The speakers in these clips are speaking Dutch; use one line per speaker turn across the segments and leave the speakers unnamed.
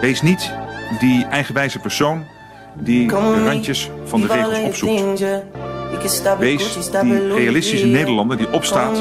Wees niet die eigenwijze persoon die de randjes van de regels opzoekt. Wees die realistische Nederlander die opstaat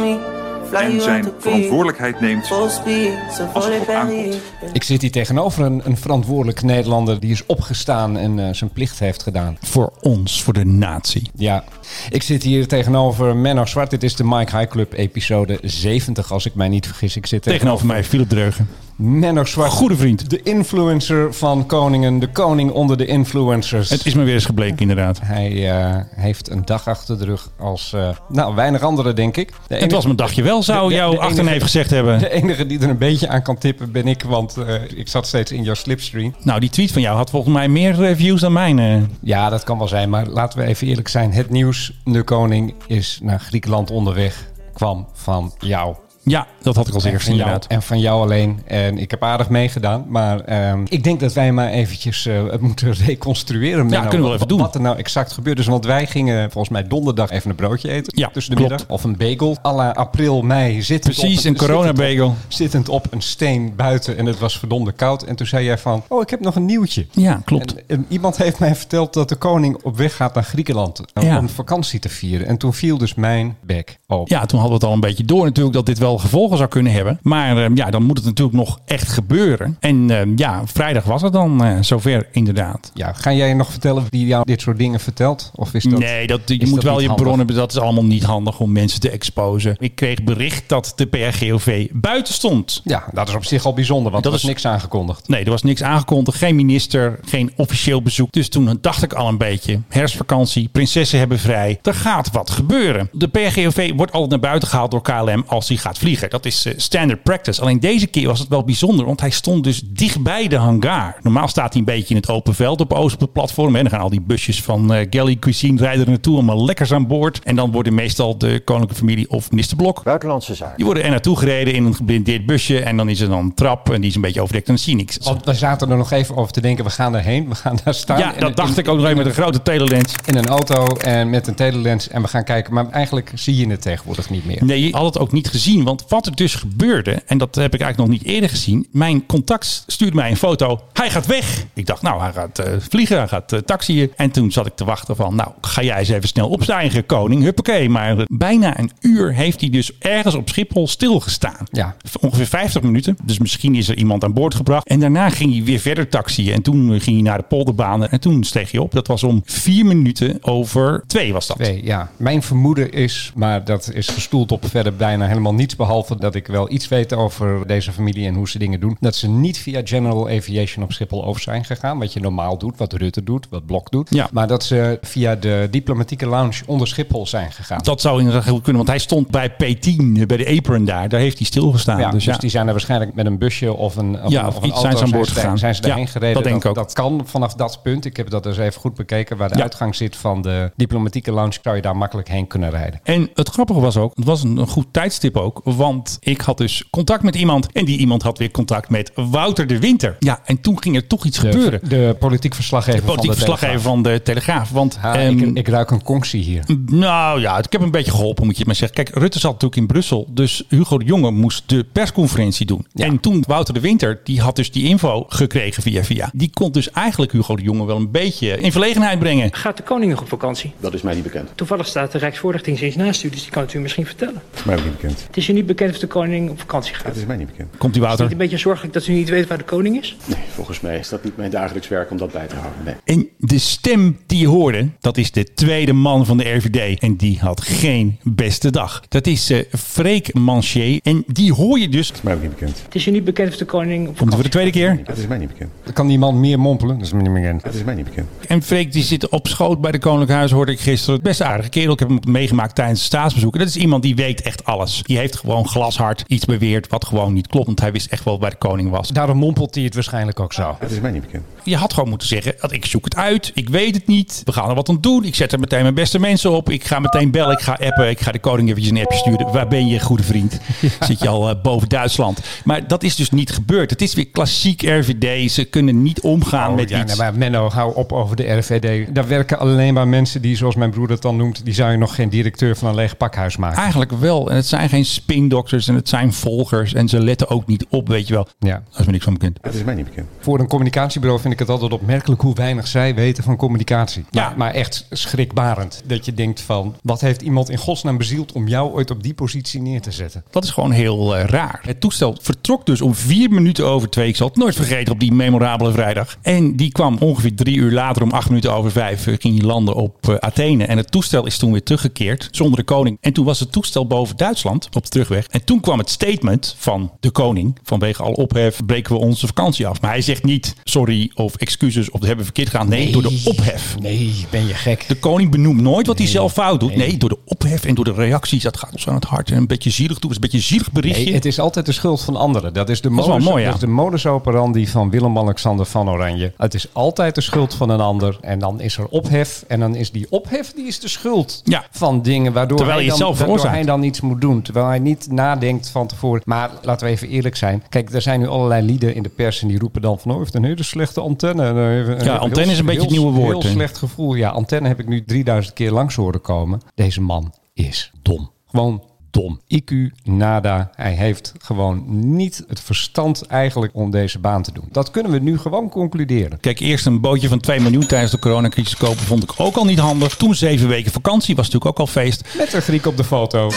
en zijn verantwoordelijkheid neemt als het op aankomt.
Ik zit hier tegenover een, een verantwoordelijk Nederlander die is opgestaan en eh, zijn plicht heeft gedaan.
Voor ons, voor de natie.
Ja, ik zit hier tegenover Menno Zwart. Dit is de Mike High Club episode 70, als ik mij niet vergis. Ik zit
Tegenover mij Philip Dreugen.
Menno Zwart.
Goede vriend.
De influencer van Koningen, de koning onder de influencers.
Het is me weer eens gebleken, inderdaad.
Hij eh, heeft een dag achter de rug als, eh, nou, weinig anderen denk ik. De enige-
Het was mijn dagje wel,
De-
zou
de-
jouw
de enige-
achterneef gezegd hebben.
De enige die er een beetje aan kan tippen ben ik, want eh, ik zat steeds in jouw slipstream.
Nou, die tweet van jou had volgens mij meer eh, views dan mijn. eh.
Ja, dat kan wel zijn, maar laten we even eerlijk zijn. Het nieuws, de koning is naar Griekenland onderweg, kwam van jou.
Ja, dat had ik als
En
eerste,
van, jou,
inderdaad.
en van jou alleen. En ik heb aardig meegedaan. Maar ehm, ik denk dat wij maar eventjes eh, het moeten reconstrueren. Menno.
kunnen we wel even
Wat-
doen.
Wat er nou exact gebeurd is. Want wij gingen volgens mij donderdag even een broodje eten.
Ja,
tussen de
klopt.
middag. Of een bagel. à la april, mei. Zittend
Precies,
op
een coronabagel.
Zittend, zittend op een steen buiten. En het was verdomde koud. En toen zei jij van, oh ik heb nog een nieuwtje.
Ja, klopt.
En, en iemand heeft mij verteld dat de koning op weg gaat naar Griekenland. eh,
Ja.
Om vakantie te vieren. En toen viel dus mijn bek open.
Ja, toen hadden we het al een beetje door natuurlijk dat dit wel gevolgen zou kunnen hebben. Maar eh, ja, dan moet het natuurlijk nog echt gebeuren. En eh, ja, vrijdag was het dan eh, zover inderdaad.
Ja, ga jij nog vertellen wie jou dit soort dingen vertelt? Of is dat...
nee, dat, je
is
moet
dat
wel
niet
je
handig?
bronnen hebben. Dat is allemaal niet handig om mensen te exposen. Ik kreeg bericht dat de PRGOV buiten stond.
Ja, dat is op zich al bijzonder, want
Dat
dat er was
is-
niks aangekondigd.
Nee, er was niks aangekondigd. Geen minister, geen officieel bezoek. Dus toen dacht ik al een beetje. Herfstvakantie, prinsessen hebben vrij. Er gaat wat gebeuren. De PRGOV wordt al naar buiten gehaald door KLM als hij gaat vliegen. Dat is eh, standard practice. Alleen deze keer was het wel bijzonder, want hij stond dus dichtbij de hangar. Normaal staat hij een beetje in het open veld op Oost op het platform. En dan gaan al die busjes van eh Galley Cuisine rijden er naartoe. Allemaal lekkers aan boord. En dan worden meestal de koninklijke familie of minister Blok
Buitenlandse zaken.
die worden er naartoe gereden in een geblindeerd busje. En dan is er dan een trap en die is een beetje overdekt en dan zie je niks.
Want we zaten er nog even over te denken, we gaan daarheen, we gaan daar staan.
Ja,
in-
dat dacht
in-
ik ook nog even met een grote telelens.
In een auto en met een telelens en we gaan kijken. Maar eigenlijk zie je het tegenwoordig niet meer.
Nee, je had het ook niet gezien. Want wat er dus gebeurde, en dat heb ik eigenlijk nog niet eerder gezien. Mijn contact stuurde mij een foto. Hij gaat weg. Ik dacht, nou, hij gaat eh, vliegen, hij gaat eh, taxiën. En toen zat ik te wachten van, nou, ga jij eens even snel opstijgen, koning. Huppakee. Maar eh, bijna een uur heeft hij dus ergens op Schiphol stilgestaan.
Ja.
Ongeveer 50 minuten. Dus misschien is er iemand aan boord gebracht. En daarna ging hij weer verder taxiën. En toen ging hij naar de polderbanen. En toen steeg hij op. Dat was om vier minuten over twee was dat.
Nee, ja. Mijn vermoeden is, maar dat is gestoeld op verder bijna helemaal niets. Behalve dat ik wel iets weet over deze familie en hoe ze dingen doen. Dat ze niet via General Aviation op Schiphol over zijn gegaan. Wat je normaal doet, wat Rutte doet, wat Blok doet.
Ja.
Maar dat ze via de diplomatieke lounge onder Schiphol zijn gegaan.
Dat zou inderdaad heel goed kunnen, want hij stond bij P10, bij de apron daar. Daar heeft hij stilgestaan.
ja,
dus
dus
ja.
die zijn er waarschijnlijk met een busje of een, of
Ja,
een-
of
of een
iets
auto
zijn ze aan boord
daar-
gegaan.
Zijn ze
Ja,
daarheen gereden?
dat denk ik ook.
Dat kan vanaf dat punt. Ik heb dat dus even goed bekeken. Waar de
Ja.
uitgang zit van de diplomatieke lounge, zou je daar makkelijk heen kunnen rijden.
En het grappige was ook, het was een, een goed tijdstip ook, want ik had dus contact met iemand en die iemand had weer contact met Wouter de Winter. Ja, en toen ging er toch iets gebeuren.
De, de politiek verslaggever
Politiek
van de
verslaggever van de Telegraaf. Want
Telegraaf. Ha,
ehm,
ik, ik ruik een conctie hier.
Nou ja, ik heb hem een beetje geholpen, moet je het maar zeggen. Kijk, Rutte zat natuurlijk in Brussel. Dus Hugo de Jonge moest de persconferentie doen.
Ja.
En toen Wouter de Winter, die had dus die info gekregen via via. Die kon dus eigenlijk Hugo de Jonge wel een beetje in verlegenheid brengen.
Gaat de koning nog op vakantie?
Dat is mij niet bekend.
Toevallig staat de Rijksvoorlichtingsdienst naast u, dus die kan het u misschien vertellen.
Dat is mij ook niet bekend.
Het is u niet bekend of de koning op vakantie gaat.
Dat is mij niet bekend.
Komt die
Is het
Wouter?
een beetje zorgelijk dat u niet weet waar de koning is?
Nee, volgens mij is dat niet mijn dagelijks werk om dat bij te houden. Nee.
En de stem die je hoorde, dat is de tweede man van de RVD. En die had geen beste dag. Dat is eh Freek Manchier. En die hoor je dus,
Dat is mij ook niet bekend.
Het is u niet bekend of de koning op
komt
vakantie
voor de tweede keer.
Dat is mij niet bekend.
Kan die man meer mompelen? Dat is me niet meer bekend.
Dat is mij niet bekend.
En Freek die zit op schoot bij de Koninklijk Huis, hoorde ik gisteren. Best een aardige kerel. Ik heb hem meegemaakt tijdens het staatsbezoek. En dat is iemand die weet echt alles. Die heeft gewoon glashard iets beweerd wat gewoon niet klopt. Want hij wist echt wel waar de koning was.
Daarom mompelt hij het waarschijnlijk ook zo.
Dat is mij niet bekend.
Je had gewoon moeten zeggen, dat ik zoek het uit. Ik weet het niet. We gaan er wat aan doen. Ik zet er meteen mijn beste mensen op. Ik ga meteen bellen. Ik ga appen. Ik ga de koning eventjes een appje sturen. Waar ben je, goede vriend? Zit je al eh, boven Duitsland? Maar dat is dus niet gebeurd. Het is weer klassiek RVD. Ze kunnen niet omgaan
Oh,
met
ja,
iets.
nou, maar Menno, hou op over de RVD. Daar werken alleen maar
Ah.
mensen die, zoals mijn broer dat dan noemt, die zou je nog geen directeur van een leeg pakhuis maken.
Eigenlijk wel. En het zijn geen spin indoctors en het zijn volgers. En ze letten ook niet op, weet je wel.
Ja.
Dat is me niks van bekend.
Dat is mij niet bekend.
Voor een communicatiebureau vind ik het altijd opmerkelijk hoe weinig zij weten van communicatie.
Ja.
Maar, maar echt schrikbarend. Dat je denkt van, wat heeft iemand in godsnaam bezield om jou ooit op die positie neer te zetten?
Dat is gewoon heel eh, raar. Het toestel vertrok dus om vier minuten over twee. Ik zal het nooit vergeten op die memorabele vrijdag. En die kwam ongeveer drie uur later om acht minuten over vijf eh, ging hij landen op eh, Athene. En het toestel is toen weer teruggekeerd zonder de koning. En toen was het toestel boven Duitsland op de terugweg. En toen kwam het statement van de koning. Vanwege al ophef breken we onze vakantie af. Maar hij zegt niet sorry of excuses of we hebben verkeerd gedaan. nee. door de ophef.
Nee, ben je gek.
De koning benoemt nooit wat hij zelf fout doet. Nee. door de ophef en door de reacties. Dat gaat ons aan het hart. En een beetje zielig toe. Het is een beetje een zielig berichtje.
Nee, het is altijd de schuld van anderen. Dat is de
is
modus,
wel mooi, ja.
dat is de modus operandi van Willem-Alexander van Oranje. Het is altijd de schuld van een ander. En dan is er ophef. En dan is die ophef die is de schuld
Ja.
van dingen waardoor,
Terwijl
hij,
je
dan,
het zelf
waardoor
veroorzaakt.
hij dan iets moet doen. Terwijl hij niet nadenkt van tevoren. Maar laten we even eerlijk zijn. Kijk, er zijn nu allerlei lieden in de pers en die roepen dan van... Oh, heeft een hele slechte antenne. En, eh, een heel-
antenne is een beetje het
heel-
nieuwe woord,
Heel
hè?
slecht gevoel. Ja, antenne heb ik nu 3000 keer langs horen komen. Deze man is dom. Gewoon dom. IQ, nada. Hij heeft gewoon niet het verstand eigenlijk om deze baan te doen. Dat kunnen we nu gewoon concluderen.
Kijk, eerst een bootje van 2 miljoen tijdens de coronacrisis kopen vond ik ook al niet handig. Toen zeven weken vakantie was natuurlijk ook al feest.
Met een Griek op de foto.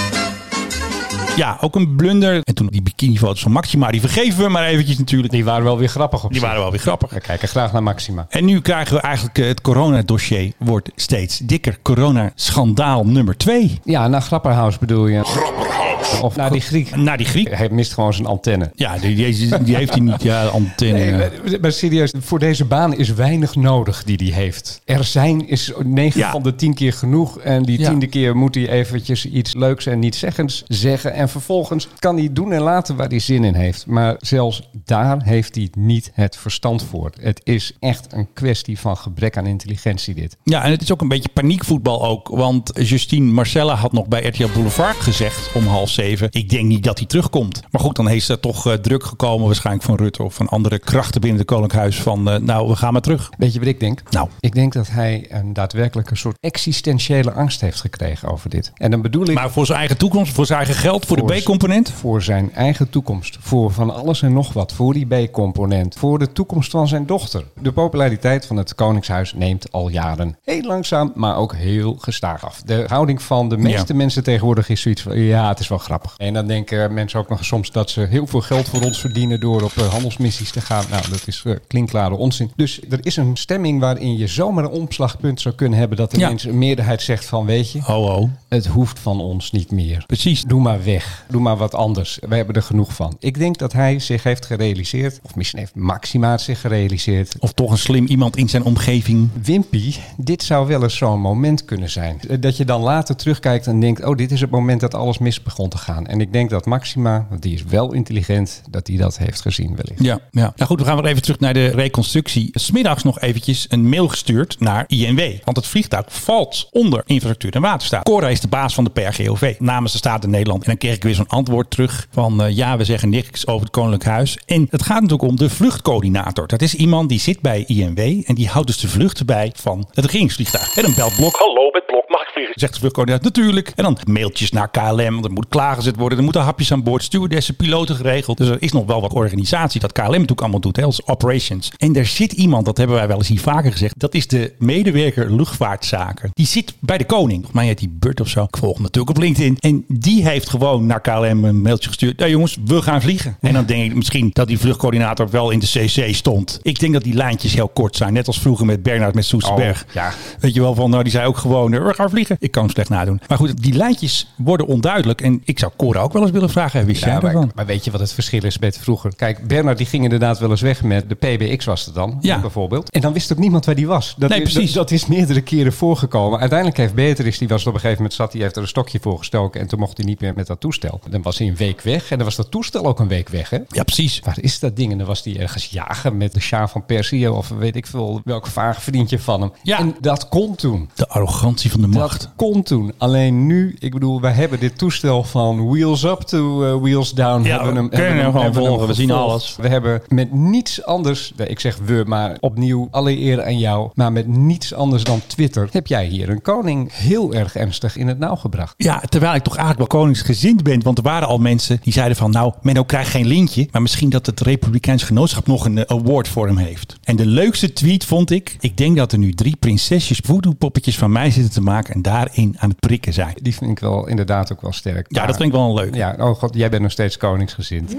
Ja, ook een blunder. En toen die bikinifoto's van Maxima, die vergeven we maar eventjes natuurlijk.
Die waren wel weer grappig op
Die
zich.
waren wel weer grappig.
We kijken graag naar Maxima.
En nu krijgen we eigenlijk eh, het coronadossier wordt steeds dikker. Corona-schandaal nummer 2.
Ja, naar Grapperhaus bedoel je. Grapperhaus. Of naar die Griek.
Naar die Griek.
Hij mist gewoon zijn antenne.
Ja, die, die, die heeft hij niet. Ja, antenne.
Nee, maar, maar serieus, voor deze baan is weinig nodig die die heeft. Er zijn is 9
Ja.
van de 10 keer genoeg. En die
Ja.
tiende keer moet hij eventjes iets leuks en niet zeggens zeggen. En vervolgens kan hij doen en laten waar hij zin in heeft. Maar zelfs daar heeft hij niet het verstand voor. Het is echt een kwestie van gebrek aan intelligentie dit.
Ja, en het is ook een beetje paniekvoetbal ook. Want Justine Marcella had nog bij RTL Boulevard gezegd om half zeven... ik denk niet dat hij terugkomt. Maar goed, dan is er toch eh, druk gekomen waarschijnlijk van Rutte... of van andere krachten binnen het Koninkhuis van... eh, nou, we gaan maar terug.
Weet je wat ik denk?
Nou.
Ik denk dat hij een daadwerkelijk een soort existentiële angst heeft gekregen over dit. En dan bedoel ik...
Maar voor zijn eigen toekomst, voor zijn eigen geld, voor, de
Voor-
B-component...
Voor zijn eigen toekomst. Voor van alles en nog wat. Voor die B-component. Voor de toekomst van zijn dochter. De populariteit van het Koningshuis neemt al jaren heel langzaam, maar ook heel gestaag af. De houding van de meeste
Ja.
mensen tegenwoordig is zoiets van: ja, het is wel grappig. En dan denken mensen ook nog soms dat ze heel veel geld voor ons verdienen door op eh, handelsmissies te gaan. Nou, dat is eh, klinkklare onzin. Dus er is een stemming waarin je zomaar een omslagpunt zou kunnen hebben dat
Ja.
ineens een meerderheid zegt van: weet je,
Oh, oh.
het hoeft van ons niet meer.
Precies.
Doe maar weg. Doe maar wat anders. We hebben er genoeg van. Ik denk dat hij zich heeft gerealiseerd. Of misschien heeft Maxima het zich gerealiseerd.
Of toch een slim iemand in zijn omgeving.
Wimpy, dit zou wel eens zo'n moment kunnen zijn. Eh, Dat je dan later terugkijkt en denkt... oh, dit is het moment dat alles mis begon te gaan. En ik denk dat Maxima, want die is wel intelligent... dat die dat heeft gezien wellicht.
Ja, ja. Nou goed, we gaan weer even terug naar de reconstructie. Smiddags nog eventjes een mail gestuurd naar INW. Want het vliegtuig valt onder infrastructuur en waterstaat. Cora is de baas van de PRGOV namens de staat in Nederland. En dan kreeg ik weer zo'n antwoord terug van eh, ja, we zeggen niks over het Koninklijk Huis. En het gaat natuurlijk om de vluchtcoördinator. Dat is iemand die zit bij INW en die houdt dus de vluchten bij van het regeringsvliegtuig. En dan belt Blok. Hallo, met Blok, mag ik vliegen? Zegt de vluchtcoördinator natuurlijk. En dan mailtjes naar KLM, want er moet klaargezet worden. Er moeten hapjes aan boord, stewardessen, piloten geregeld. Dus er is nog wel wat organisatie dat KLM natuurlijk allemaal doet, hè, als operations. En daar zit iemand, dat hebben wij wel eens hier vaker gezegd, dat is de medewerker luchtvaartzaken. Die zit bij de koning. Volgens mij heet die Burt of zo. Ik volg hem natuurlijk op LinkedIn. En die heeft gewoon naar KLM een mailtje gestuurd. Nou jongens, we gaan vliegen. En dan denk ik misschien dat die vluchtcoördinator wel in de CC stond. Ik denk dat die lijntjes heel kort zijn. Net als vroeger met Bernard met Soesterberg.
Oh, ja.
Weet je wel, van nou, die zei ook gewoon, eh, we gaan vliegen. Ik kan hem slecht nadoen. Maar goed, die lijntjes worden onduidelijk. En ik zou Cora ook wel eens willen vragen, wist jij
Ja, maar,
daarvan?
maar weet je wat het verschil is met vroeger? Kijk, Bernard die ging inderdaad wel eens weg met de PBX was het dan,
Ja.
bijvoorbeeld. En dan wist ook niemand waar die was. Dat
Nee,
is,
precies.
Dat, dat is meerdere keren voorgekomen. Uiteindelijk heeft Beatrice, die was er op een gegeven moment zat, die heeft er een stokje voor gestoken. En toen mocht hij niet meer met dat toestel. Dan was hij een week weg en dan was dat toestel ook een week weg, hè?
Ja, precies.
Waar is dat ding? En dan was hij ergens jagen met de Sjaar van Persie of weet ik veel welk vaag vriendje van hem.
Ja.
En dat kon toen.
De arrogantie van de macht.
Dat kon toen. Alleen nu, ik bedoel, wij hebben dit toestel van van Wheels Up to eh, Wheels Down
Ja,
hebben
we
hem,
kunnen
hebben
hem gewoon
hebben
volgen. We zien
gevolgd.
alles.
We hebben met niets anders, nee, ik zeg we, maar opnieuw alle eer aan jou, maar met niets anders dan Twitter heb jij hier een koning heel erg ernstig in het nauw gebracht.
Ja, terwijl ik toch eigenlijk wel koningsgezind ben. Want er waren al mensen die zeiden van... nou, Menno krijgt geen lintje. Maar misschien dat het Republikeins Genootschap nog een eh, award voor hem heeft. En de leukste tweet vond ik... ik denk dat er nu drie prinsesjes voodoo-poppetjes van mij zitten te maken... en daarin aan het prikken zijn.
Die vind ik wel inderdaad ook wel sterk.
Ja,
Maar-
dat vind ik wel een leuk.
Ja, oh god, jij bent nog steeds koningsgezind.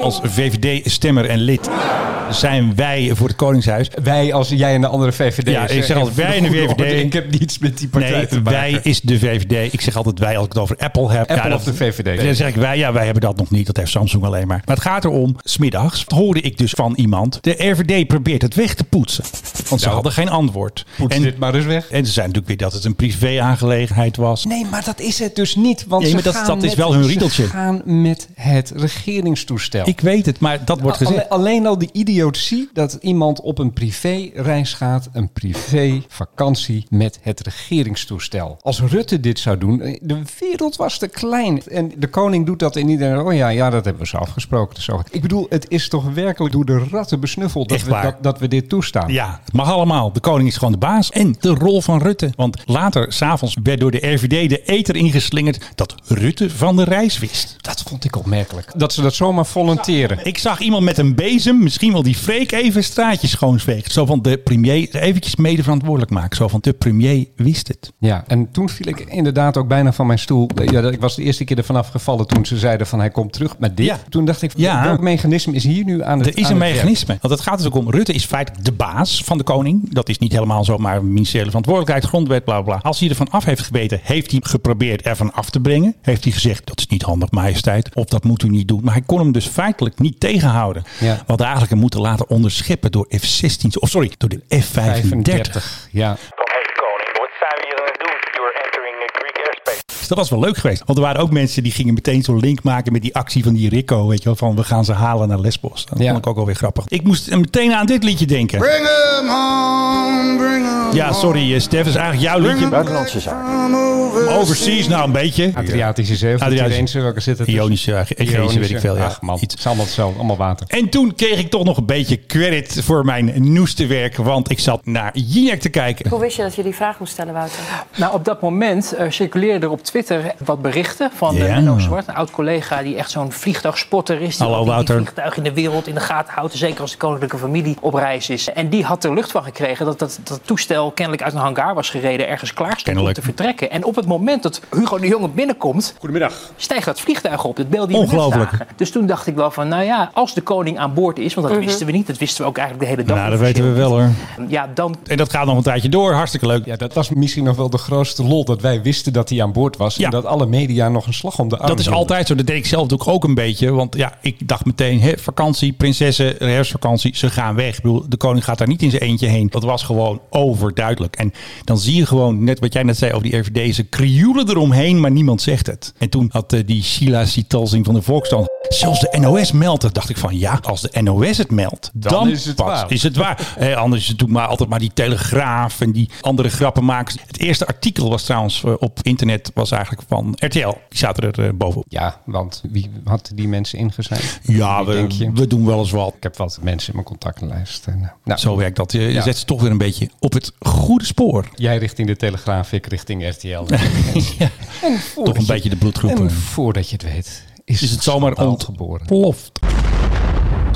Als VVD-stemmer en lid zijn wij voor het Koningshuis.
Wij als jij en de andere VVD.
Ja, ik zeg altijd wij en de VVD.
Ik heb niets met die partij
Nee,
te maken.
wij is de VVD. Ik zeg altijd wij als ik het over Apple heb.
Apple
dat-
of de VVD.
Dan zeg ik wij, ja, wij hebben dat nog niet. Dat heeft Samsung alleen maar. Maar het gaat erom, smiddags hoorde ik dus van iemand. De RVD probeert het weg te poetsen. Want ze
Nou,
hadden geen antwoord.
Poets
en,
dit maar eens weg.
en ze zijn natuurlijk weer dat het een privé-aangelegenheid was.
Nee, maar dat is het dus niet. Want
Nee,
ze
maar dat-
gaan
dat is
met-
wel hun
ze
riedeltje.
gaan met het regeringstoestel.
Ik weet het, maar dat wordt
Oh, Alle-
gezegd.
alleen al die idiotie dat iemand op een privéreis gaat, een privévakantie met het regeringstoestel. Als Rutte dit zou doen, eh, de wereld was te klein. En de koning doet dat en iedereen, oh ja, ja dat hebben we zo afgesproken. Zo. Ik bedoel, het is toch werkelijk door de ratten besnuffeld dat,
Echt
we,
waar.
dat, dat we dit toestaan.
Ja, het mag allemaal. De koning is gewoon de baas. En de rol van Rutte. Want later, s'avonds, werd door de RVD de eter ingeslingerd dat Rutte van de reis wist.
Dat vond ik opmerkelijk. Dat ze dat zomaar volonteren.
Ik zag iemand met een bezem, misschien wel die Freek even straatjes schoonveegt. Zo van de premier eventjes mede verantwoordelijk maken. Zo van de premier wist het.
Ja, en toen viel ik inderdaad ook bijna van mijn stoel. Ja, dat- ik was de eerste keer ervan afgevallen toen ze zeiden van hij komt terug met dit.
Ja.
Toen dacht ik,
Ja.
welk mechanisme is hier nu aan het
Er is
aan
een
het werk?
mechanisme. Want het gaat dus ook om, Rutte is feitelijk de baas van de koning. Dat is niet helemaal zo, maar ministeriële verantwoordelijkheid, grondwet, bla bla. Als hij ervan af heeft geweten, heeft hij geprobeerd ervan af te brengen. Heeft hij gezegd, dat is niet handig majesteit, of dat moet u niet doen. Maar hij kon hem dus feitelijk niet tegenhouden.
Ja.
We hadden eigenlijk hem moeten laten onderscheppen door F-16, of sorry, door de F-35.
35. Ja.
Van, hey koning, wat zijn we hier aan het doen? You're entering a Greek airspace.
Dus dat was wel leuk geweest. Want er waren ook mensen die gingen meteen zo'n link maken met die actie van die Rico. Weet je wel, van we gaan ze halen naar Lesbos. Dat
Ja.
vond ik ook alweer grappig. Ik moest meteen aan dit liedje denken.
Bring 'em home, bring 'em
Ja, sorry eh, Stef, dat is eigenlijk jouw liedje.
Buitenlandse zaken.
home over.
Overseas nou een beetje.
Adriatische Zee, of de
Adriatische-
Tyreense, welke zit het?
Ionische, eh, Egeïsche, weet ik veel, ja.
Ach man, het
Iets.
is allemaal hetzelfde, allemaal water.
En toen kreeg ik toch nog een beetje credit voor mijn nieuwste werk. Want ik zat naar Jinek te kijken.
Hoe wist je dat je die vraag moest stellen, Wouter?
Nou, op dat moment eh circuleerden er op Twitter wat berichten van
Ja.
eh Menno Zwart, een oud-collega die echt zo'n vliegtuigspotter is. Die
Hallo,
altijd die
Wouter.
vliegtuigen in de wereld in de gaten houdt, zeker als de koninklijke familie op reis is. En die had er lucht van gekregen dat dat, dat toestel kennelijk uit een hangar was gereden, ergens klaar stond
Kennelijk.
om te vertrekken. En op het moment dat Hugo de Jonge binnenkomt,
Goedemiddag.
stijgt dat vliegtuig op. Dat beeld die we net
Ongelooflijk.
zagen. Dus toen dacht ik wel van, nou ja, als de koning aan boord is, want dat wisten we niet, dat wisten we ook eigenlijk de hele dag.
Nou,
niet
dat weten we
officieel
wel hoor.
niet. Ja, dan
En dat gaat nog een tijdje door. Hartstikke leuk.
Ja, dat was misschien nog wel de grootste lol dat wij wisten dat hij aan boord was.
Ja.
En dat alle media nog een slag om de arm
Dat is
hielden.
altijd zo. Dat deed ik zelf natuurlijk ook een beetje. Want ja, ik dacht meteen, hè, vakantie, prinsessen, herfstvakantie, ze gaan weg. Ik bedoel, de koning gaat daar niet in zijn eentje heen. Dat was gewoon overduidelijk. En dan zie je gewoon, net wat jij net zei over die RVD, ze krioelen eromheen, maar niemand zegt het. En toen had eh, die Sheila Sitalsing van de Volksstand, zelfs de NOS meldt het. Dacht ik van, ja, als de NOS het meldt, dan,
is het
pas
waar.
is het waar. Eh, anders is het natuurlijk maar altijd maar die Telegraaf en die andere grappenmakers. Het eerste artikel was trouwens eh, op internet was eigenlijk van RTL. Die zaten er eh, bovenop.
Ja, want wie had die mensen ingezet?
Ja,
Wie
we,
denk je?
we doen wel eens wat.
Ik heb wat mensen in mijn contactenlijst. En, eh, nou,
Zo werkt dat. Je
Ja. Oh,
zet ze toch weer een beetje op het goede spoor.
Jij richting de Telegraaf, ik richting RTL.
Ja. Toch een beetje de bloedgroepen.
En voordat je het weet, is,
Is het zomaar
geboren.
ontploft.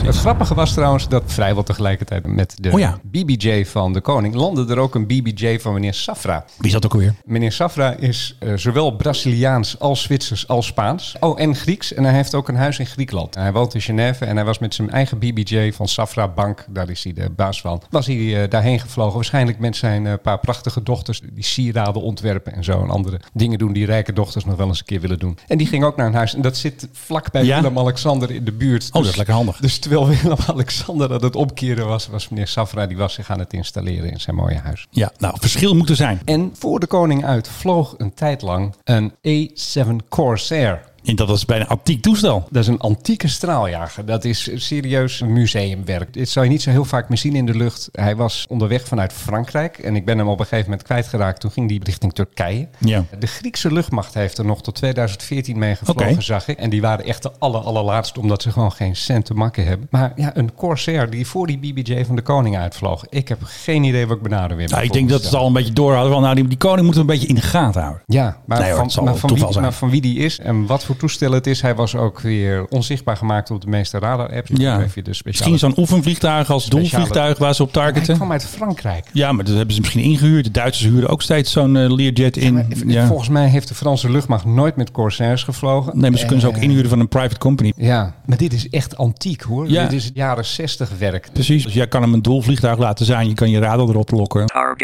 Het grappige was trouwens dat vrijwel tegelijkertijd met de
Oh ja.
BBJ van de koning landde er ook een BBJ van meneer Safra.
Wie zat ook alweer?
Meneer Safra is eh, zowel Braziliaans als Zwitsers als Spaans. Oh, en Grieks. En hij heeft ook een huis in Griekenland. En hij woont in Genève en hij was met zijn eigen BBJ van Safra Bank, daar is hij de baas van, was hij eh, daarheen gevlogen. Waarschijnlijk met zijn eh, paar prachtige dochters die sieraden ontwerpen en zo en andere dingen doen die rijke dochters nog wel eens een keer willen doen. En die ging ook naar een huis en dat zit vlak bij
Ja? Oh,
Willem-Alexander in de buurt.
dat is lekker handig.
Dus terwijl Willem-Alexander aan het opkeren was, was meneer Safra, die was zich aan het installeren in zijn mooie huis.
Ja, nou, verschil moet er zijn.
En voor de koning uit vloog een tijd lang een A7 E Corsair.
En dat was bijna een antiek toestel.
Dat is een antieke straaljager. Dat is serieus museumwerk. Dit zou je niet zo heel vaak meer zien in de lucht. Hij was onderweg vanuit Frankrijk. En ik ben hem op een gegeven moment kwijtgeraakt. Toen ging die richting Turkije.
Ja.
De Griekse luchtmacht heeft er nog tot 2014 mee gevlogen,
Oké.
zag ik. En die waren echt de aller, allerlaatste, omdat ze gewoon geen cent te makken hebben. Maar ja, een Corsair die voor die BBJ van de koning uitvloog. Ik heb geen idee wat ik benader weer
Nou,
moet
ik denk dat ze het
voorstellen.
al een beetje door hadden. Van, nou, die, die koning moeten we een beetje in de gaten houden.
Ja, maar,
Nee hoor, het zal
van, maar, van
toeval
wie,
zijn.
maar van wie die is en wat voor toestel het is. Hij was ook weer onzichtbaar gemaakt op de meeste radar-apps.
Ja.
Dan heb je de speciale...
Misschien zo'n oefenvliegtuig als
Speciale-
doelvliegtuig waar ze op
Hij
targeten.
kwam uit Frankrijk.
Ja, maar dat hebben ze misschien ingehuurd. De Duitsers huren ook steeds zo'n eh, Learjet in. Ja,
Volgens mij heeft de Franse luchtmacht nooit met Corsairs gevlogen.
Nee, maar ze kunnen
Eh.
ze ook inhuren van een private company.
Ja, maar dit is echt antiek hoor.
Ja.
Dit is het jaren 60 werk.
Precies. Dus jij kan hem een doelvliegtuig laten zijn. Je kan je radar erop lokken. Oh,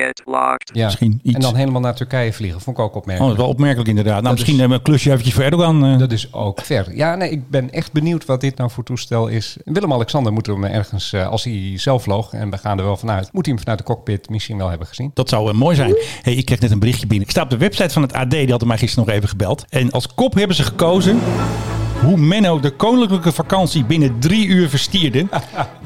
Ja.
Misschien iets.
En dan helemaal naar Turkije vliegen. Vond ik ook
Oh,
opmerkelijk.
dat is wel opmerkelijk inderdaad. Nou,
Dat
misschien
is-
hebben we een klusje eventjes voor Erdogan. eh.
Dat is ook ver. Ja, nee, ik ben echt benieuwd wat dit nou voor toestel is. Willem-Alexander moet hem ergens, eh, als hij zelf vloog, en we gaan er wel vanuit, moet hij hem vanuit de cockpit misschien wel hebben gezien.
Dat zou eh, mooi zijn. Hey, ik kreeg net een berichtje binnen. Ik sta op de website van het AD. Die hadden mij gisteren nog even gebeld. En als kop hebben ze gekozen... Hoe Menno de koninklijke vakantie binnen drie uur verstierde.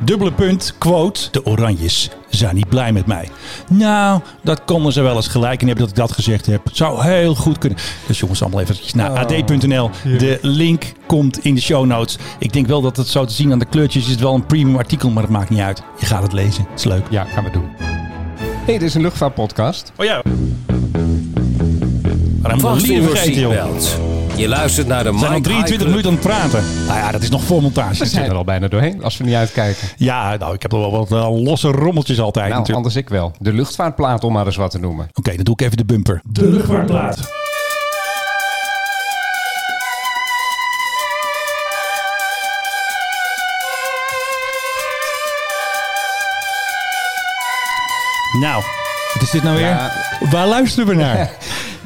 Dubbele punt, quote. De Oranjes zijn niet blij met mij. Nou, dat konden ze wel eens gelijk in hebben dat ik dat gezegd heb. Zou heel goed kunnen. Dus jongens, allemaal even naar ad.nl. De link komt in de show notes. Ik denk wel dat het zo te zien aan de kleurtjes is. Het wel een premium artikel, maar dat maakt niet uit. Je gaat het lezen. Het is leuk.
Ja, gaan we doen. hey, dit is een luchtvaartpodcast.
Oh ja. Maar dan moet je vergeten, joh. We
Je luistert naar de
zijn al 23 minuten aan het praten. Nou ja, dat is nog voor montage.
We zijn er al bijna doorheen, als we niet uitkijken.
Ja, nou, ik heb er wel wat eh, losse rommeltjes altijd
Nou,
natuurlijk.
anders ik wel. De luchtvaartplaat, om maar eens wat te noemen.
Oké, dan doe ik even de bumper. De luchtvaartplaat. Nou, wat is dit nou weer?
Ja.
Waar luisteren we naar?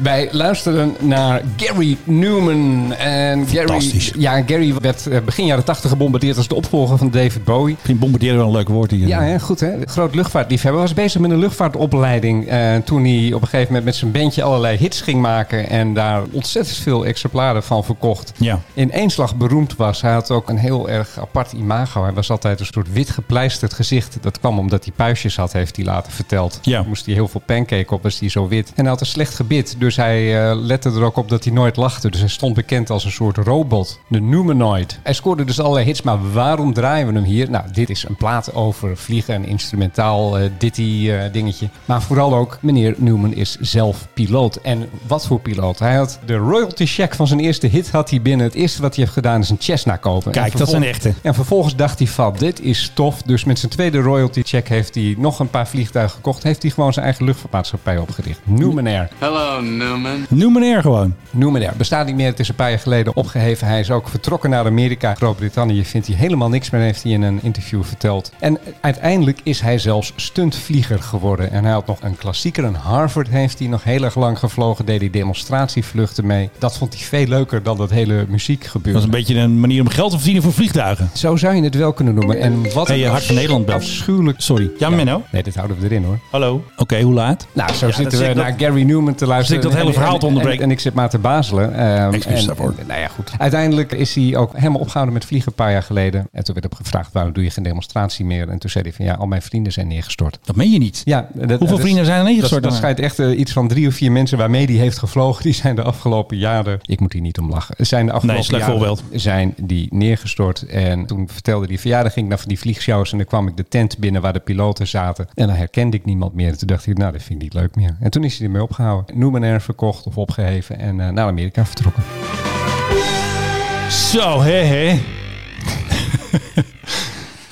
Wij luisteren naar Gary Newman. En Gary,
Fantastisch.
ja, Gary werd eh, begin jaren 80 gebombardeerd als de opvolger van David Bowie.
Ik vind bombarderen wel een leuk woord hier.
Ja, hè, goed hè. Groot luchtvaartliefhebber. Was bezig met een luchtvaartopleiding. eh, toen hij op een gegeven moment met zijn bandje allerlei hits ging maken. En daar ontzettend veel exemplaren van verkocht.
Ja.
In één slag beroemd was. Hij had ook een heel erg apart imago. Hij was altijd een soort wit gepleisterd gezicht. Dat kwam omdat hij puistjes had, heeft hij later verteld.
Ja.
Toen Moest hij heel veel pancake op, was hij zo wit. En hij had een slecht gebit. Dus hij eh, lette er ook op dat hij nooit lachte. Dus hij stond bekend als een soort robot. De Numenoid. Hij scoorde dus allerlei hits. Maar waarom draaien we hem hier? Nou, dit is een plaat over vliegen. Een instrumentaal eh ditty eh, dingetje. Maar vooral ook, meneer Newman is zelf piloot. En wat voor piloot? Hij had de royalty check van zijn eerste hit had hij binnen. Het eerste wat hij heeft gedaan is een Cessna kopen.
Kijk,
En
dat zijn
vervol-
echte.
en vervolgens dacht hij van, dit is tof. Dus met zijn tweede royalty check heeft hij nog een paar vliegtuigen gekocht. Heeft hij gewoon zijn eigen luchtvaartmaatschappij opgericht. Numenair.
Noem meneer gewoon.
Numenair. Bestaat niet meer. Het is een paar jaar geleden opgeheven. Hij is ook vertrokken naar Amerika. Groot-Brittannië vindt hij helemaal niks meer, heeft hij in een interview verteld. En uiteindelijk is hij zelfs stuntvlieger geworden. En hij had nog een klassieker. Een Harvard heeft hij nog heel erg lang gevlogen. Deed hij demonstratievluchten mee. Dat vond hij veel leuker dan dat hele muziekgebeuren.
Dat is een beetje een manier om geld te verdienen voor vliegtuigen.
Zo zou je het wel kunnen noemen. En wat
Hey, eh, Hart van Nederland belt.
Afschuwelijk.
Sorry. Ja, Menno.
Nee, dit houden we erin hoor.
Hallo. Oké, hoe laat?
Nou, zo
dat
zitten
zit
we
ik
naar Gary Newman te luisteren.
zit ik dat
En-
hele verhaal te
en- en-
onderbreken.
En, ik zit maar te bazelen. Ehm,
Excuus
en-
daarvoor.
en- nou ja, goed. Uiteindelijk is hij ook helemaal opgehouden met vliegen een paar jaar geleden. En toen werd hem gevraagd, waarom doe je geen demonstratie meer? En toen zei hij van, ja, al mijn vrienden zijn neergestort.
Dat meen je niet.
Ja, dat-
Hoeveel
dat-
vrienden zijn er
Dat,
neergestort?
dat schijnt echt eh, iets van drie of vier mensen waarmee die heeft gevlogen. Die zijn de afgelopen jaren, ik moet hier niet om lachen, zijn de afgelopen
Nee, slecht
jaren
voorbeeld.
zijn die neergestort. En toen vertelde die verjaardag, ging ik naar van die vliegshows en dan kwam ik de tent binnen waar de piloten zaten. En dan herkende ik niemand meer. En toen dacht ik, nou, dat vind ik niet leuk meer. En toen is hij ermee opgehouden. Numenair verkocht of opgeheven en eh, naar Amerika vertrokken.
Zo, hè, hè.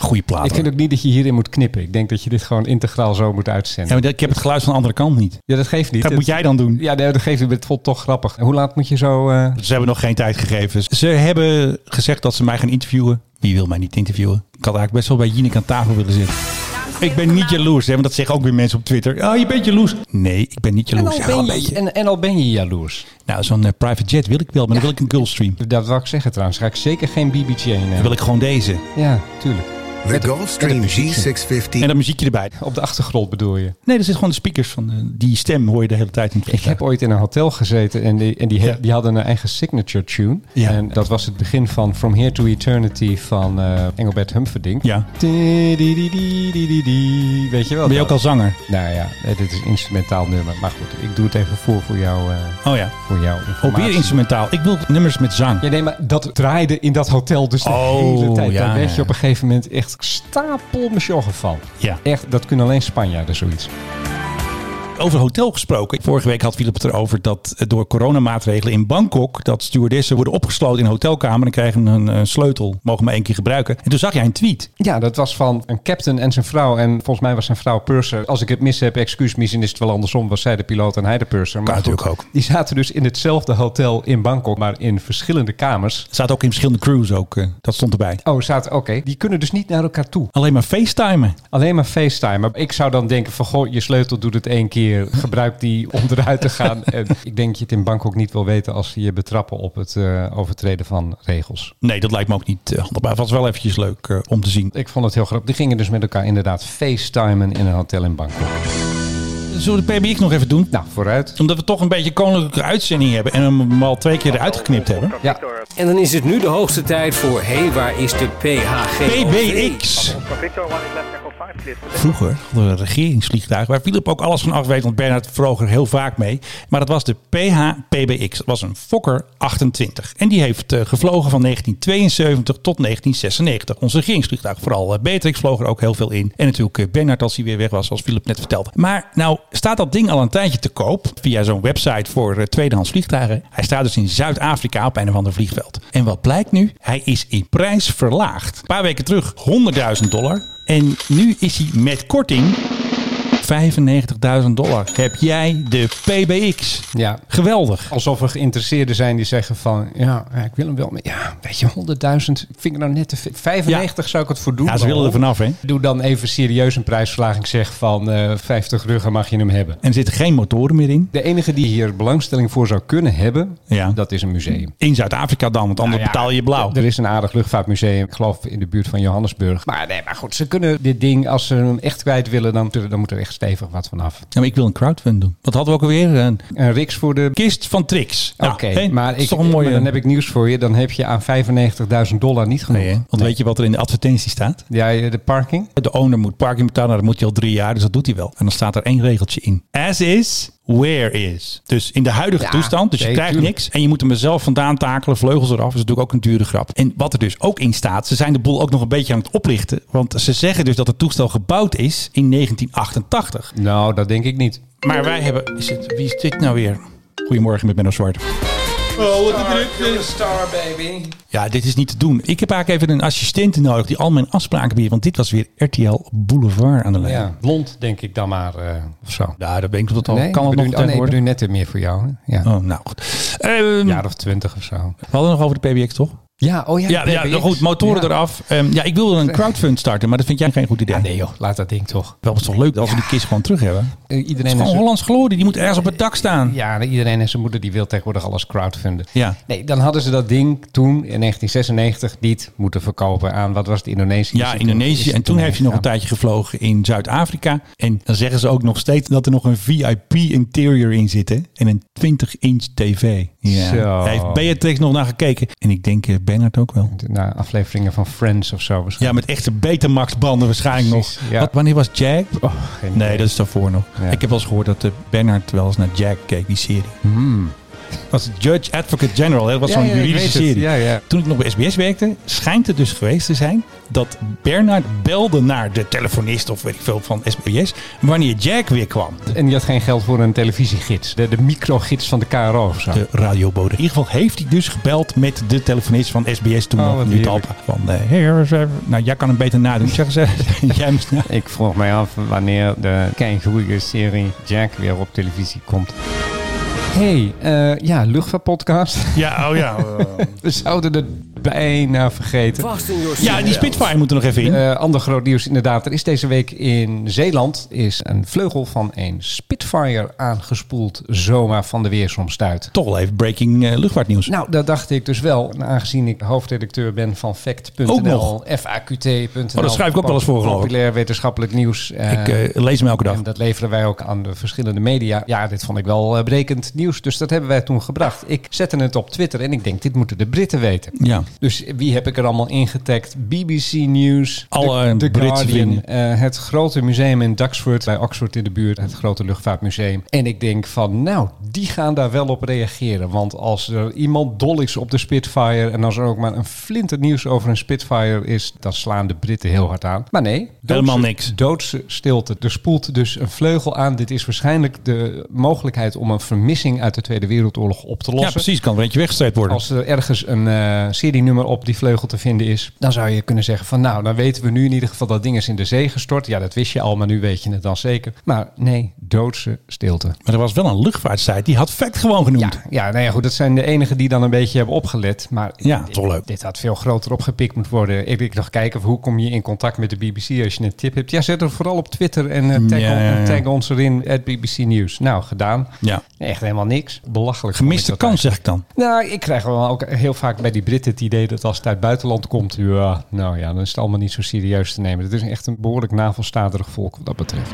Goeie plaat.
Ik vind
hoor.
ook niet dat je hierin moet knippen. Ik denk dat je dit gewoon integraal zo moet
Ja,
uitzenden.
maar dat- ik heb het geluid van de andere kant niet.
Ja, dat geeft niet.
Dat moet jij dan doen.
Ja, nee, dat geeft niet. Het vond toch grappig. Hoe laat moet je zo... eh,
Ze hebben nog geen tijd gegeven. Ze hebben gezegd dat ze mij gaan interviewen. Wie wil mij niet interviewen? Ik had eigenlijk best wel bij Jinek aan tafel willen zitten. Ik ben niet jaloers, hè, want dat zeggen ook weer mensen op Twitter. Oh, je bent jaloers. Nee, ik ben niet
En
jaloers.
al,
Ja,
ben
wel een
je,
beetje.
en, en al ben je jaloers.
Nou, zo'n eh, private jet wil ik wel, maar dan wil ik een Gulfstream.
Dat wou ik zeggen trouwens. Ga ik zeker geen BBJ nemen.
Dan wil ik gewoon deze.
Ja, tuurlijk. Met de-
Gulfstream
met de muziekje.
G650.
En dat muziekje erbij.
Op de achtergrond bedoel je?
Nee, dat zit gewoon de speakers van eh, die stem hoor je de hele tijd in het
Ik heb
vliegtuig.
ooit in een hotel gezeten en die, en die, he-
Ja.
die hadden een eigen signature tune.
Ja.
En dat was het begin van From Here to Eternity van eh, Engelbert Humperdinck.
Ja.
Di- di- di- di- di- di- di. Weet je wel?
Ben je ook al zanger?
Nou ja, eh, dit is een instrumentaal nummer. Maar goed, ik doe het even voor voor jou. eh
Oh ja.
voor jou
Probeer instrumentaal. Ik wil nummers met zang.
Ja, nee, maar dat draaide in dat hotel dus de
Oh,
hele tijd.
ja,
Daar werd
ja.
je op een gegeven moment echt stapel mesjoggen van.
Ja.
Echt, dat kunnen alleen Spanjaarden zoiets.
Over hotel gesproken. Vorige week had Philip het erover dat eh, door coronamaatregelen in Bangkok... dat stewardessen worden opgesloten in een hotelkamer... en krijgen een, eh, sleutel, mogen maar één keer gebruiken. En toen zag jij een tweet.
Ja, dat was van een captain en zijn vrouw. En volgens mij was zijn vrouw purser. Als ik het mis heb, excuus me, misschien is het wel andersom. Was zij de piloot en hij de purser. Maar
Kan
goed,
natuurlijk ook.
Die zaten dus in hetzelfde hotel in Bangkok, maar in verschillende kamers.
Het staat ook in verschillende crews ook. eh, dat stond erbij.
Oh, zaten, oké. Die kunnen dus niet naar elkaar toe.
Alleen maar facetimen.
Alleen maar FaceTime. Maar ik zou dan denken van, goh, je sleutel doet het één keer. Gebruik die om eruit te gaan. en ik denk dat je het in Bangkok niet wil weten als ze je betrappen op het eh, overtreden van regels.
Nee, dat lijkt me ook niet eh, handig. Maar het was wel eventjes leuk eh, om te zien.
Ik vond het heel grappig. Die gingen dus met elkaar inderdaad FaceTimen in een hotel in Bangkok.
Eh, Zullen we de PBX nog even doen?
Nou, vooruit.
Omdat we toch een beetje koninklijke uitzending hebben... en hem al twee keer eruit geknipt hebben.
Ja,
En dan is het nu de hoogste tijd voor... Hé, hey, waar is de PHG?
PBX. Vroeger hadden we regeringsvliegtuigen waar Philip ook alles van af weet, want Bernard vroeg er heel vaak mee. Maar dat was de PH-PBX. Dat was een Fokker 28. En die heeft eh, gevlogen van 1972 tot 1996. Ons regeringsvliegtuig vooral. eh, Beatrix vloog er ook heel veel in. En natuurlijk eh, Bernard als hij weer weg was, zoals Philip net vertelde. Maar nou staat dat ding al een tijdje te koop via zo'n website voor eh, tweedehands vliegtuigen. Hij staat dus in Zuid-Afrika op een of ander vliegveld. En wat blijkt nu? Hij is in prijs verlaagd. Een paar weken terug 100.000 dollar. En nu is hij met korting 95.000 dollar. Heb jij de PBX?
ja.
Geweldig.
Alsof er geïnteresseerden zijn die zeggen van... Ja, ja, ik wil hem wel. Maar ja, weet je, 100.000 vind ik nou net te veel. 95 zou ik het voor doen.
Ja, ze willen er vanaf, hè?
Doe dan even serieus een prijsverlaging. Zeg van eh 50 ruggen mag je hem hebben.
En er zitten geen motoren meer in.
De enige die hier belangstelling voor zou kunnen hebben,
Ja. Oh.
dat is een museum.
In Zuid-Afrika dan, want anders
Nou ja,
betaal je blauw.
Er is een aardig luchtvaartmuseum, ik geloof in de buurt van Johannesburg. Maar nee, maar goed, ze kunnen dit ding, als ze hem echt kwijt willen, dan, dan moet er echt stevig wat vanaf.
Ja, maar ik wil een crowdfund doen. Wat hadden we ook alweer? Een
Een riks voor de...
kist van tricks. Nou,
Oké,
hè?
maar,
Dat is
ik,
toch een mooie...
maar dan heb ik nieuws voor je. Dan heb je aan 95.000 dollar niet genoeg.
Nee, hè? Want weet je wat er in de advertentie staat?
Ja, de parking?
De owner moet parking betalen. Nou, dat moet hij al drie jaar, dus dat doet hij wel. En dan staat er één regeltje in. As is, where is. Dus in de huidige
Ja,
toestand, dus je
nee,
krijgt
tuurlijk.
niks. En je moet hem er zelf vandaan takelen, vleugels eraf. Dat is natuurlijk ook een dure grap. En wat er dus ook in staat, ze zijn de boel ook nog een beetje aan het oplichten. Want ze zeggen dus dat het toestel gebouwd is in 1988.
Nou, dat denk ik niet.
Maar wij hebben... Is het, wie is dit nou weer? Goedemorgen met Menno Zwart. Oh,
Star baby.
Ja, dit is niet te doen. Ik heb eigenlijk even een assistent nodig die al mijn afspraken beheert. Want dit was weer RTL Boulevard aan de lijn.
Ja, blond denk ik dan maar. eh, of zo.
Nou, dat ben ik tot al.
Nee,
kan
ik bedoel- oh,
het nog
nee, ik
tegenwoordig?
bedoel net er meer voor jou. hè? Ja,
Oh, nou goed. Ehm,
een jaar of twintig of zo.
We hadden nog over de PBX, toch?
Ja, oh ja.
Ja, ja
PBX.
goed. Motoren
Ja.
eraf. Ehm, ja, ik wilde een crowdfund starten, maar dat vind jij geen goed idee.
Ja, nee joh, Oh, laat dat ding toch.
Wel, het is toch leuk dat we die kist gewoon terug hebben?
Eh,
Het
Iedereen
is
is
gewoon Hollands glorie. Die moet ergens op het dak staan.
Ja, iedereen en zijn moeder die wil tegenwoordig alles crowdfunden.
Ja.
Nee, dan hadden ze dat ding toen in 1996 niet moeten verkopen aan, wat was het, Indonesië? Is
Ja,
het is
Indonesië.
het
En toen heeft hij nog
heengegaan.
een tijdje gevlogen in Zuid-Afrika. En dan zeggen ze ook nog steeds dat er nog een VIP interior in zit. hè? En een 20-inch tv. Ja.
Zo.
Daar heeft Beatrix nog naar gekeken. En ik denk eh, Bernard ook wel.
Na eh, nou, afleveringen van Friends of zo
Ja,
waarschijnlijk.
met echte Betamax-banden waarschijnlijk
Precies,
nog.
ja.
Wat, wanneer was Jag?
Oh, geen idee.
nee, dat is daarvoor nog.
Ja.
Ik heb wel eens gehoord dat eh, Bernard wel eens naar Jag keek, die serie. Dat was Judge Advocate General, hè? dat was
Hmm. Ja,
zo'n
ja, ik
juridische
weet het.
serie.
Ja, ja.
Toen ik nog bij SBS werkte, schijnt het dus geweest te zijn dat Bernard belde naar de telefonist of weet ik veel van SBS wanneer Jack weer kwam.
En die had geen geld voor een televisiegids. De, de microgids van de KRO of zo.
De radiobode. In ieder geval heeft hij dus gebeld met de telefonist van SBS toen
Oh,
nog,
wat
nu
heerlijk.
Talpa. Van, eh, hey, eh, nou jij kan hem beter nadoen. Zeggen ze, jij moest na-
Ik vroeg mij af wanneer de keigoeie-serie Jack weer op televisie komt. hey, eh, ja, luchtvaartpodcast.
Ja, oh ja.
We zouden er bijna vergeten.
Ja, die Spitfire moet er nog even in.
Eh, ander groot nieuws inderdaad. Er is deze week in Zeeland is een vleugel van een Spitfire aangespoeld zomaar van de weersomstuit.
Toch wel even breaking eh, luchtvaartnieuws.
Nou, dat dacht ik dus wel. En aangezien ik hoofdredacteur ben van
Ook
fact.nl,
nog.
FAQT.nl.
Oh, daar schrijf ik ook wel eens voor, geloof ik.
Populair wetenschappelijk nieuws. eh,
Ik eh, lees hem elke dag.
en dat leveren wij ook aan de verschillende media. Ja, dit vond ik wel eh, brekend nieuws. Dus dat hebben wij toen gebracht. Ik zette het op Twitter en ik denk, dit moeten de Britten weten.
Ja.
Dus wie heb ik er allemaal ingetagd? BBC News,
Alle
The, The
Britse
Guardian,
vrienden.
eh, het grote museum in Duxford, bij Oxford in de buurt, het grote luchtvaartmuseum. En ik denk van, nou, die gaan daar wel op reageren. Want als er iemand dol is op de Spitfire en als er ook maar een flinter nieuws over een Spitfire is, dan slaan de Britten heel hard aan. Maar nee,
Helemaal
doodse-
niks.
Doodse stilte. Er spoelt dus een vleugel aan. Dit is waarschijnlijk de mogelijkheid om een vermissing uit de Tweede Wereldoorlog op te
Ja,
lossen.
precies. Kan er eentje weggestreept worden.
Als er ergens een eh, serienummer op die vleugel te vinden is, dan zou je kunnen zeggen van nou, dan weten we nu in ieder geval dat ding is in de zee gestort. Ja, dat wist je al, maar nu weet je het dan zeker. Maar nee, doodse stilte.
Maar er was wel een luchtvaartsite. Die had fact gewoon
Ja,
genoemd.
ja, nou ja, goed, dat zijn de enigen die dan een beetje hebben opgelet. Maar
Ja,
dit,
toch leuk.
Dit had veel groter opgepikt moeten worden. Ik, ik nog kijken, hoe kom je in contact met de BBC als je een tip hebt? Ja, zet het vooral op Twitter en eh, tag,
Ja,
on-
ja, ja.
tag ons erin, at BBC News. Nou, gedaan.
Ja.
Echt helemaal niks. Belachelijk. vond ik
Gemiste
dat
kans, zeg ik dan.
nou, ik krijg wel ook heel vaak bij die Britten het idee dat als het uit het buitenland komt, ja, nou ja, dan is het allemaal niet zo serieus te nemen. Het is echt een behoorlijk navelstaderig volk wat dat betreft.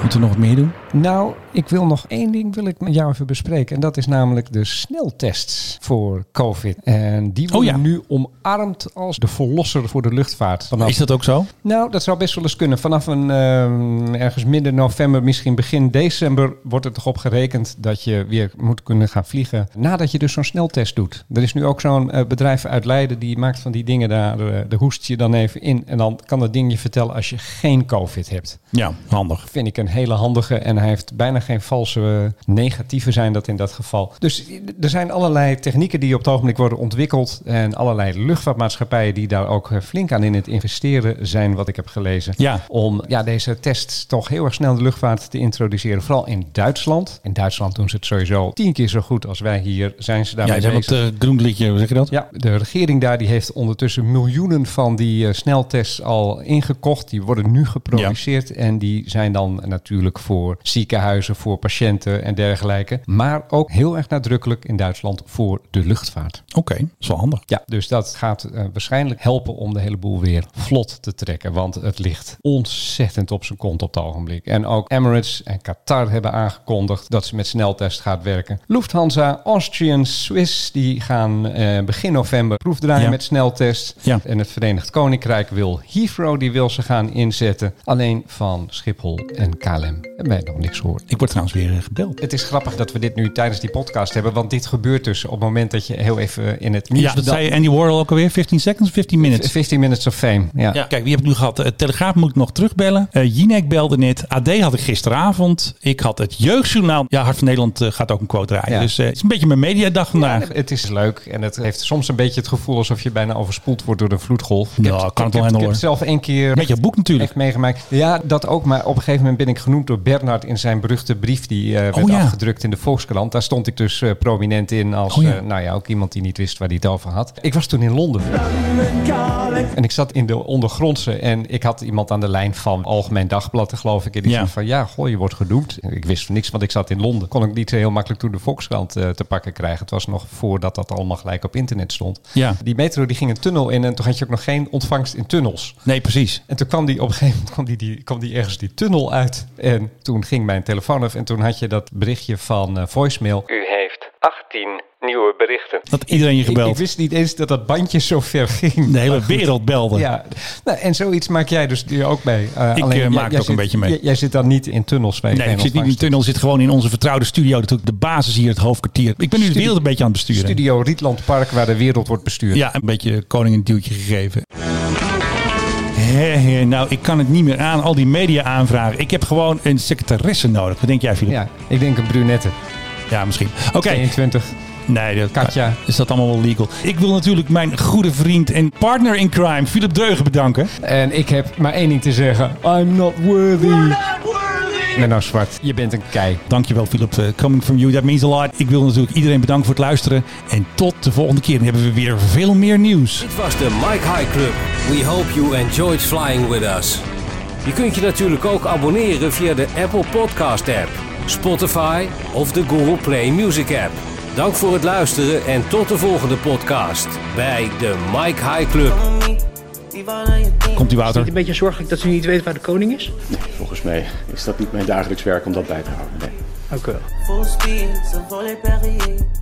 Moeten we nog wat meer doen?
Nou, ik wil nog één ding wil ik met jou even bespreken. En dat is namelijk de sneltests voor COVID. En die worden
Oh ja.
nu omarmd als de verlosser voor de luchtvaart. Vanaf
Is dat ook zo?
Nou, dat zou best wel eens kunnen. Vanaf een, ehm, ergens midden november, misschien begin december, wordt er toch op gerekend dat je weer moet kunnen gaan vliegen. Nadat je dus zo'n sneltest doet. Er is nu ook zo'n eh, bedrijf uit Leiden die maakt van die dingen daar. eh, daar hoest je dan even in. En dan kan dat ding je vertellen als je geen COVID hebt.
Ja, handig.
Vind ik een hele handige. En hij heeft bijna geen valse eh, negatieve zijn dat in dat geval. Dus er zijn allerlei technieken die op het ogenblik worden ontwikkeld. En allerlei luchtvaartmaatschappijen die daar ook eh, flink aan in het investeren zijn, wat ik heb gelezen.
Ja.
Om ja, deze tests toch heel erg snel de luchtvaart te introduceren. Vooral in Duitsland. In Duitsland doen ze het sowieso tien keer zo goed als wij hier. Zijn ze
Ja,
daarmee
ze hebben
bezig.
het eh, groen liedje, hoe zeg je dat?
Ja, de regering daar die heeft ondertussen miljoenen van die eh, sneltests al ingekocht. Die worden nu geproduceerd en die zijn dan natuurlijk voor ziekenhuizen, voor patiënten en dergelijke. Maar ook heel erg nadrukkelijk in Duitsland voor de luchtvaart.
Oké, dat is wel handig.
Ja, dus dat gaat eh, waarschijnlijk helpen om de hele boel weer vlot te trekken. Want het ligt ontzettend op zijn kont op het ogenblik. En ook Emirates en Qatar hebben aangekondigd dat ze met sneltest gaat werken. Lufthansa, Austrian, Swiss, die gaan eh, begin november proefdraaien
Ja.
met sneltest.
Ja.
En het Verenigd Koninkrijk wil Heathrow, die wil ze gaan inzetten. Alleen van Schiphol en KLM hebben wij nog niks gehoord.
Ik word trouwens weer eh, gebeld.
Het is grappig dat we dit nu tijdens die podcast hebben, want dit gebeurt dus op het moment dat je heel even in het nieuws
Ja, dat
dan-
zei Andy Warhol ook alweer. 15 seconds, 15 minutes.
15 Minutes of Fame. Ja.
Ja, kijk, wie heb ik nu gehad? Eh, Telegraaf moet ik nog terugbellen. Eh Jinek belde net. AD had ik gisteravond. Ik had het Jeugdjournaal. Ja, Hart van Nederland eh, gaat ook een quote draaien.
Ja.
Dus eh, het is een beetje mijn mediadag vandaag.
Het is leuk en het heeft soms een beetje het gevoel alsof je bijna overspoeld wordt door een vloedgolf.
Nou,
het-
kan het wel
ik heb,
handelen,
ik heb het
hoor.
zelf één keer
Met je boek natuurlijk.
echt meegemaakt. Ja, dat ook. Maar op een gegeven moment ben ik genoemd door Bernard in zijn beruchte brief die eh, werd
Oh, ja.
afgedrukt in de Volkskrant. Daar stond ik dus eh, prominent in als,
Oh, ja.
eh, nou ja, ook iemand die niet wist waar hij het over had. Ik was toen in Londen. En ik zat in de ondergrondse en ik had iemand aan de lijn van Algemeen Dagblad, geloof ik. En die
Ja.
zei van, ja, goh, je wordt gedoemd. En Ik wist van niks, want ik zat in Londen. Kon ik niet heel makkelijk toen de Volkskrant eh, te pakken krijgen. Het was nog voordat dat allemaal gelijk op internet stond.
Ja.
Die metro die ging een tunnel in en toen had je ook nog geen ontvangst in tunnels.
Nee, precies.
En toen kwam die op een gegeven moment kwam die, die, kwam die ergens die tunnel uit. En toen ging mijn telefoon af en toen had je dat berichtje van eh, voicemail.
U heeft 18 nieuwe berichten.
Dat iedereen je
Ik, ik
gebeld.
wist niet eens dat dat bandje zo ver ging.
De hele wereld belde.
Ja, nou, en zoiets maak jij dus hier ook mee. Eh,
Ik, eh,
jij-
maak
jij
het ook een
zit-
beetje mee.
Jij, jij zit dan niet in tunnels bij
Nee,
geen
ik zit niet in de
ontvangst.
tunnel. Zit gewoon in onze vertrouwde studio. Natuurlijk de basis hier, het hoofdkwartier. Ik ben nu de
Studie-
wereld een beetje aan het besturen.
Studio Rietland Park, waar de wereld wordt bestuurd.
Ja, een beetje koning een duwtje gegeven. Hé, hé, nou, ik kan het niet meer aan. Al die media aanvragen. Ik heb gewoon een secretaresse nodig. Wat denk jij, Filip? Ja,
Ja, ik denk een brunette.
misschien. Oké.
21.
Nee, dat
Katja.
Is dat allemaal wel legal? Ik wil natuurlijk mijn goede vriend en partner in crime, Philip Deugen, bedanken.
En ik nou heb maar één ding te zeggen. I'm not worthy.
Worthy.
Menno Zwart, je bent een kei.
Dankjewel Philip, Eh, coming from you, that means a lot. Ik wil natuurlijk iedereen bedanken voor het luisteren. En tot de volgende keer. Dan hebben we weer veel meer nieuws.
Dit was de Mike High Club. We hope you enjoyed flying with us. Je kunt je natuurlijk ook abonneren via de Apple Podcast app, Spotify of de Google Play Music app. Dank voor het luisteren en tot de volgende podcast bij de Mike High Club.
Komt u
Is het niet een beetje zorgelijk dat u niet weet waar de koning is?
Nee, volgens mij is dat niet mijn dagelijks werk om dat bij te houden. Nee.
Dank u wel.
Full speed, ze volley Perrier.